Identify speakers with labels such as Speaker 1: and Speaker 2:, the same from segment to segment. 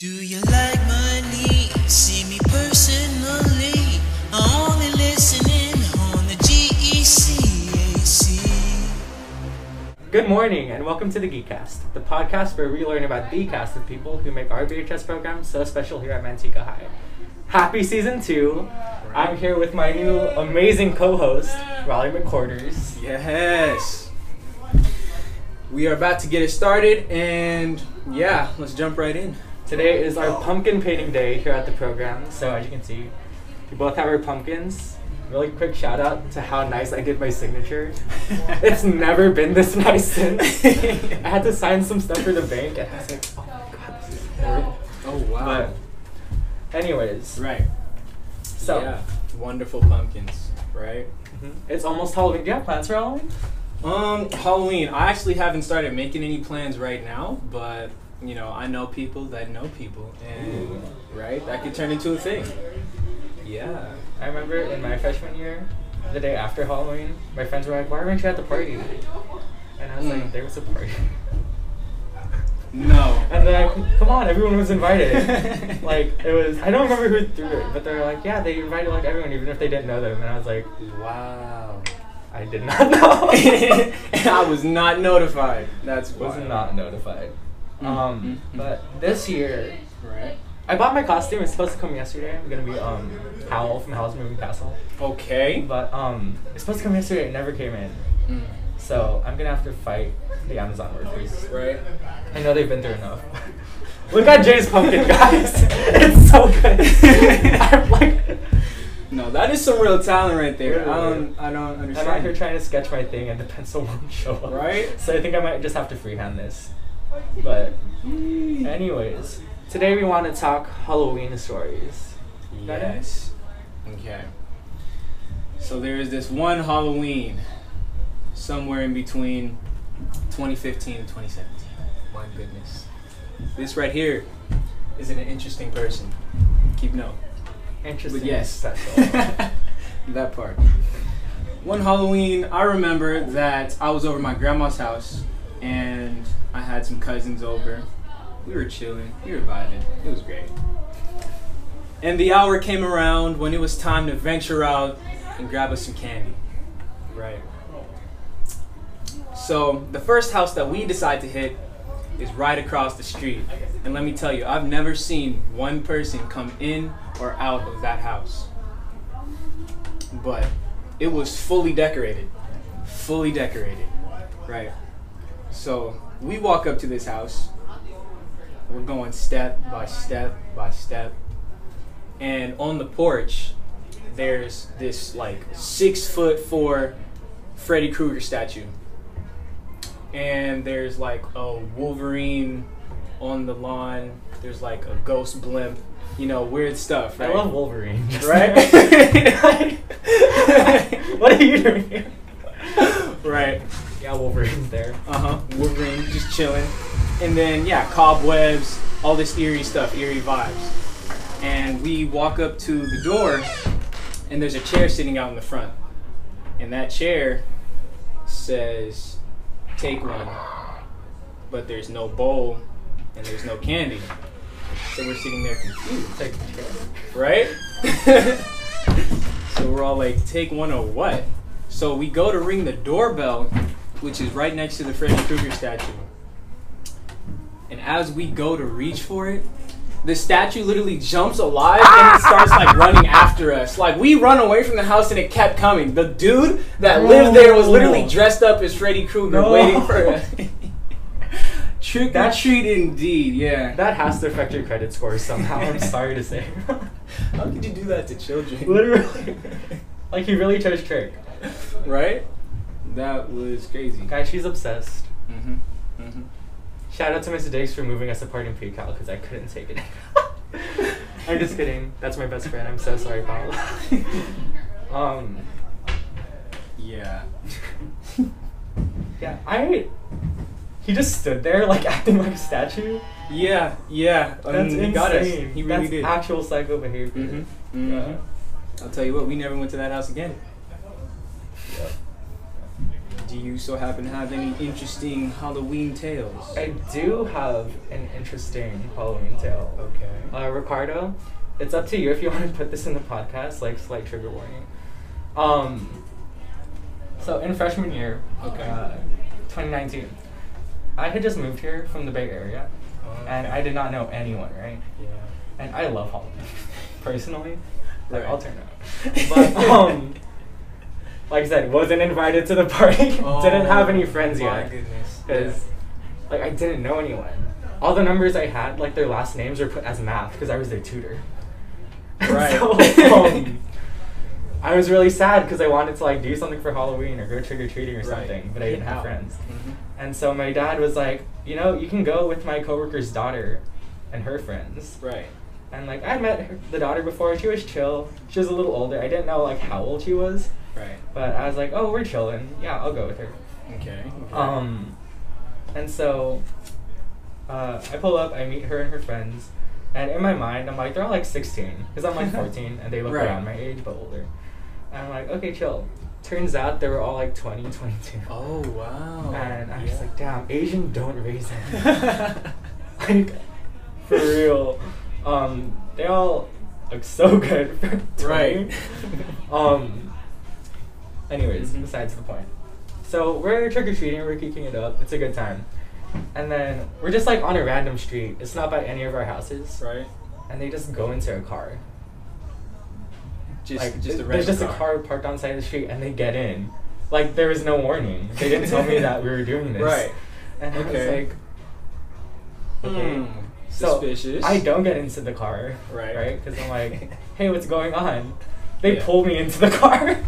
Speaker 1: Do you like money? See me personally. I only listening on the E GECAC.
Speaker 2: Good morning and welcome to the Geekcast, the podcast where we learn about the cast of people who make our VHS program so special here at Manteca High. Happy season two! I'm here with my new amazing co-host, Raleigh McCorders.
Speaker 3: Yes. We are about to get it started, and yeah, let's jump right in.
Speaker 2: Today is our pumpkin painting day here at the program, so as you can see, we both have our pumpkins. Really quick shout out to how nice I did my signature. It's never been this nice since. I had to sign some stuff for the bank, and I was like, oh my god, this is horrible.
Speaker 3: oh wow!
Speaker 2: But, anyways,
Speaker 3: right.
Speaker 2: so.
Speaker 3: yeah, wonderful pumpkins, right?
Speaker 2: Hmm? It's almost Halloween. Do you have plans for Halloween?
Speaker 3: Um, Halloween. I actually haven't started making any plans right now, but you know, I know people that know people, and right, that could turn into a thing. Yeah.
Speaker 2: I remember in my freshman year, the day after Halloween, my friends were like, "Why weren't you at the party?" And I was like,
Speaker 3: Mm.
Speaker 2: "There was a party."
Speaker 3: No.
Speaker 2: And then, I, come on, everyone was invited. like it was, I don't remember who threw it, but they were like, "Yeah, they invited like everyone, even if they didn't know them." And I was like,
Speaker 3: Wow.
Speaker 2: "I did not know."
Speaker 3: I was not notified. That's
Speaker 2: was
Speaker 3: wild.
Speaker 2: not notified. Um,
Speaker 3: Mm.
Speaker 2: but this year,
Speaker 3: Right.
Speaker 2: I bought my costume. It's supposed to come yesterday. I'm gonna be um Howl from Howl's Moving Castle.
Speaker 3: Okay.
Speaker 2: But um, it's supposed to come yesterday. It never came in.
Speaker 3: Mm.
Speaker 2: So I'm gonna have to fight the Amazon workers.
Speaker 3: Right.
Speaker 2: I know they've been through enough. Look at Jay's pumpkin, guys. it's so good. I'm like,
Speaker 3: No, that is some real talent right there. I
Speaker 2: Really?
Speaker 3: don't. I don't
Speaker 2: I'm
Speaker 3: understand.
Speaker 2: out here trying to sketch my thing, and the pencil won't show up.
Speaker 3: Right?
Speaker 2: So I think I might just have to freehand this. But, anyways, today we want to talk Halloween stories. Got it?
Speaker 3: Yes. Okay. So there is this one Halloween, somewhere in between 2015 and 2017. My goodness. This right here is an interesting person. Keep note.
Speaker 2: Interesting.
Speaker 3: But yes,
Speaker 2: special.
Speaker 3: that part. One Halloween, I remember that I was over at my grandma's house, and I had some cousins over. We were chilling, we were vibing. It was great. And the hour came around when it was time to venture out and grab us some candy. Right. So the first house that we decide to hit is right across the street. And let me tell you, I've never seen one person come in or out of that house. But it was fully decorated. Fully decorated. Right. So we walk up to this house. We're going step by step by step. And on the porch, there's this like six foot four Freddy Krueger statue. And there's like a Wolverine on the lawn. There's like a ghost blimp. You know, weird stuff,
Speaker 2: I
Speaker 3: right?
Speaker 2: love Wolverine.
Speaker 3: Right?
Speaker 2: what are you doing here?
Speaker 3: right.
Speaker 2: Yeah, Wolverine's there.
Speaker 3: Uh huh. Wolverine just chilling, and then yeah, cobwebs, all this eerie stuff, eerie vibes. And we walk up to the door, and there's a chair sitting out in the front, and that chair says, "Take one," but there's no bowl, and there's no candy. So we're sitting there confused,
Speaker 2: Take the chair.
Speaker 3: right? so we're all like, "Take one or what?" So we go to ring the doorbell, which is right next to the Freddy Krueger statue. And as we go to reach for it, the statue literally jumps alive and it starts like running after us. Like we run away from the house and it kept coming. The dude that lived there was literally dressed up as Freddy Krueger
Speaker 2: Oh. No.
Speaker 3: waiting for us. Trick or treat indeed, yeah.
Speaker 2: That has to affect your credit score somehow. I'm sorry to say.
Speaker 3: How could you do that to children?
Speaker 2: Literally. like he really chose trick.
Speaker 3: right? That was crazy.
Speaker 2: Guys, she's obsessed.
Speaker 3: Mm-hmm. Mm-hmm.
Speaker 2: Shout out to Mr. Diggs for moving us apart in PCAL because I couldn't take it. I'm just kidding. That's my best friend. I'm so sorry, Paula. um,
Speaker 3: Yeah.
Speaker 2: yeah, I. He just stood there like acting like a statue.
Speaker 3: Yeah, yeah.
Speaker 2: That's
Speaker 3: um,
Speaker 2: insane.
Speaker 3: He got us. He really
Speaker 2: That's
Speaker 3: did. Mm-hmm.
Speaker 2: actual psycho behavior.
Speaker 3: Mhm,
Speaker 2: Yeah.
Speaker 3: mhm. I'll tell you what, we never went to that house again. Do you so happen to have any interesting Halloween tales?
Speaker 2: I do have an interesting Halloween tale.
Speaker 3: Okay.
Speaker 2: Uh, Ricardo, it's up to you if you want to put this in the podcast, like slight trigger warning. Um, so in freshman year,
Speaker 3: Okay.
Speaker 2: uh, 2019, I had just moved here from the Bay Area, and I did not know anyone, right?
Speaker 3: Yeah.
Speaker 2: And I love Halloween, personally. Like
Speaker 3: Right.
Speaker 2: I'll turn up, but um, like I said, wasn't invited to the party. Didn't have any friends
Speaker 3: Oh,
Speaker 2: yet.
Speaker 3: My goodness.
Speaker 2: because like I didn't know anyone. All the numbers I had, like their last names, were put as math because I was their tutor.
Speaker 3: Right.
Speaker 2: so, um, I was really sad because I wanted to like do something for Halloween or go trick or treating or
Speaker 3: Right.
Speaker 2: something, but I didn't have
Speaker 3: Out.
Speaker 2: friends.
Speaker 3: Mhm.
Speaker 2: And so my dad was like, you know, you can go with my coworker's daughter and her friends.
Speaker 3: Right.
Speaker 2: And like I met her, the daughter before, she was chill. She was a little older. I didn't know like how old she was,
Speaker 3: Right.
Speaker 2: but I was like, oh, we're chilling. Yeah, I'll go with her.
Speaker 3: Okay. okay.
Speaker 2: Um, and so uh, I pull up, I meet her and her friends, and in my mind, I'm like, they're all like 16, because I'm like 14, and they look
Speaker 3: Right.
Speaker 2: around my age but older. And I'm like, okay, chill. Turns out they were all like 20, 22.
Speaker 3: Oh wow.
Speaker 2: and I'm just like, damn, Asian don't raise hands.
Speaker 3: damn.
Speaker 2: like, for real. Um, they all look so good for 20.
Speaker 3: right.
Speaker 2: Um. Anyways,
Speaker 3: Mhm.
Speaker 2: besides the point. So we're trick or treating. We're kicking it up. It's a good time. And then we're just like on a random street. It's not by any of our houses.
Speaker 3: right.
Speaker 2: And they just go into a car.
Speaker 3: Just
Speaker 2: like
Speaker 3: just a
Speaker 2: there's
Speaker 3: red
Speaker 2: just a car parked on the side of the street, and they get in. Like there was no warning. They didn't tell me that we were doing this.
Speaker 3: Right.
Speaker 2: And I
Speaker 3: Okay.
Speaker 2: was like,
Speaker 3: Hmm.
Speaker 2: So,
Speaker 3: Suspicious.
Speaker 2: I don't get into the car.
Speaker 3: Right.
Speaker 2: Right? Because I'm like, hey, what's going on? They
Speaker 3: Yeah.
Speaker 2: pulled me into the car.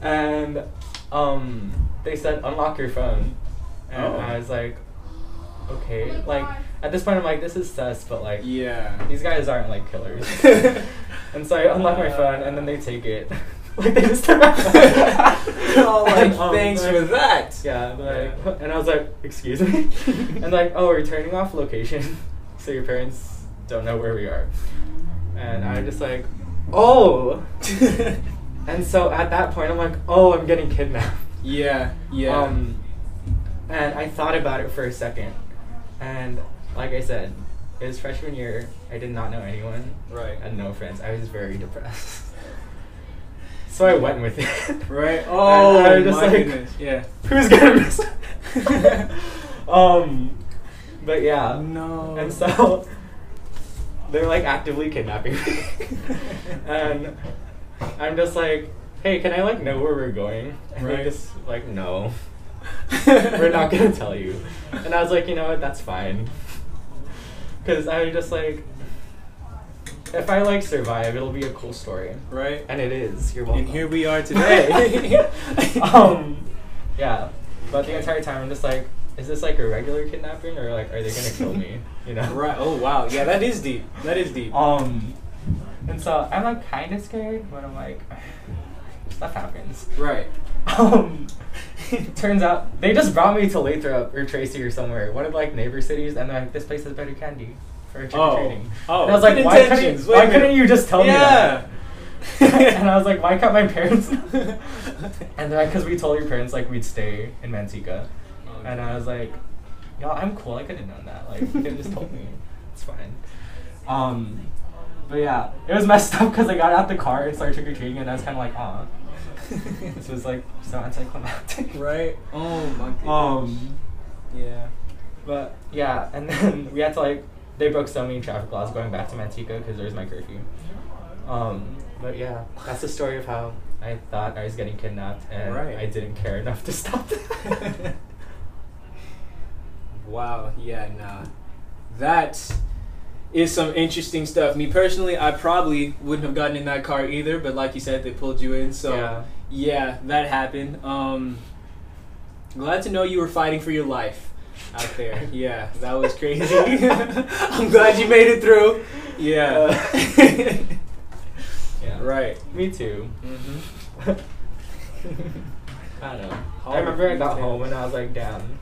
Speaker 2: and um, they said, unlock your phone. And
Speaker 3: Oh.
Speaker 2: I was like, okay. Like, at this point, I'm like, this is sus, but like,
Speaker 3: Yeah.
Speaker 2: these guys aren't like killers. and so I unlock my phone, and then they take it. like, they just turn my phone.
Speaker 3: oh, like,
Speaker 2: And, um,
Speaker 3: thanks
Speaker 2: like-
Speaker 3: for that.
Speaker 2: yeah, like,
Speaker 3: Yeah.
Speaker 2: and I was like, excuse me? and like, oh, we're turning off location, so your parents don't know where we are. And I'm just like, oh. And so at that point, I'm like, oh, I'm getting kidnapped.
Speaker 3: yeah. Yeah.
Speaker 2: Um, and I thought about it for a second, and like I said, it was freshman year. I did not know anyone.
Speaker 3: Right.
Speaker 2: And no friends. I was very depressed. so I went with it.
Speaker 3: Right.
Speaker 2: And
Speaker 3: Oh
Speaker 2: I was
Speaker 3: my goodness. Yeah.
Speaker 2: Who's gonna miss? um, but yeah.
Speaker 3: No.
Speaker 2: And so they're like actively kidnapping me, and I'm just like, hey, can I like know where we're going? And they
Speaker 3: Right.
Speaker 2: just like, no, we're not gonna tell you. And I was like, you know what? That's fine. Because I was just like, if I like survive, it'll be a cool story.
Speaker 3: Right.
Speaker 2: And it is. You're welcome.
Speaker 3: And here we are today.
Speaker 2: um, yeah. But the entire time, I'm just like, is this like a regular kidnapping or like, are they gonna kill me? You know?
Speaker 3: Right. Oh wow. Yeah, that is deep. That is deep.
Speaker 2: Um, and so I'm like kind of scared, but I'm like, stuff happens.
Speaker 3: Right.
Speaker 2: Um, turns out they just brought me to Lathrop or Tracy or somewhere, one of like neighbor cities, and they're like, this place has better candy for trick or treating.
Speaker 3: Oh.
Speaker 2: and I was like,
Speaker 3: good
Speaker 2: why
Speaker 3: intentions.
Speaker 2: couldn't,
Speaker 3: Wait a
Speaker 2: why
Speaker 3: minute.
Speaker 2: couldn't you just tell me
Speaker 3: yeah.
Speaker 2: that? and I was like, why can't my parents? know?" and they're like, because we told your parents like we'd stay in Manteca. And I was like, yo, I'm cool. I could have known that. Like, you could have just told me. It's fine. Um, but yeah, it was messed up because I got out the car and started trick or treating, and I was kind of like, ah, this was like so anticlimactic.
Speaker 3: right. Oh my. Goodness.
Speaker 2: Um,
Speaker 3: Yeah.
Speaker 2: but yeah, and then we had to like, they broke so many traffic laws going back to Manteca because there was my curfew. Um, but yeah, that's the story of how I thought I was getting kidnapped, and
Speaker 3: Right.
Speaker 2: I didn't care enough to stop that.
Speaker 3: wow, yeah, nah. That is some interesting stuff. Me personally, I probably wouldn't have gotten in that car either, but like you said, they pulled you in, so
Speaker 2: Yeah.
Speaker 3: yeah, that happened. Um glad to know you were fighting for your life out there. yeah, that was crazy. I'm glad you made it through. Yeah.
Speaker 2: Uh. yeah.
Speaker 3: right.
Speaker 2: Me too.
Speaker 3: Mhm.
Speaker 2: I don't know. I
Speaker 3: Hard
Speaker 2: remember I got
Speaker 3: things.
Speaker 2: home and I was like, damn.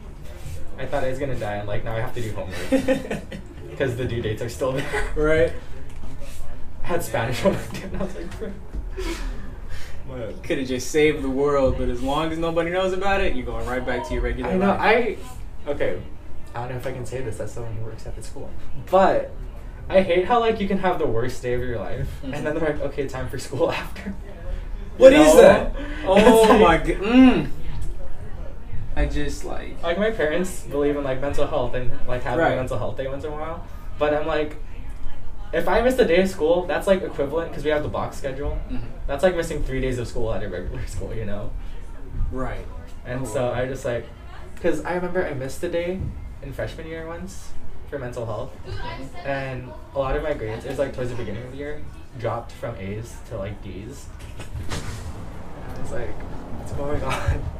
Speaker 2: I thought I was gonna die, and like now I have to do homework because the due dates are still there.
Speaker 3: right.
Speaker 2: I had Spanish homework, and I was like, bro.
Speaker 3: Could have just saved the world, but as long as nobody knows about it, you're going right back to your regular
Speaker 2: I know.
Speaker 3: life.
Speaker 2: I okay. I don't know if I can say this as someone who works at the school, but I hate how like you can have the worst day of your life, and then they're like, okay, time for school after. Mm-hmm. What
Speaker 3: What is
Speaker 2: is that?
Speaker 3: Oh
Speaker 2: It's like-
Speaker 3: my god. Mm. I just like.
Speaker 2: Like my parents believe in like mental health and like having
Speaker 3: Right.
Speaker 2: a mental health day once in a while, but I'm like, if I miss a day of school, that's like equivalent because we have the box schedule.
Speaker 3: Mhm.
Speaker 2: That's like missing three days of school at a regular school, you know.
Speaker 3: Right.
Speaker 2: And so I just like, because I remember I missed a day in freshman year once for mental health, and a lot of my grades, it was like towards the beginning of the year, dropped from A's to like D's. And I was like, what's going on?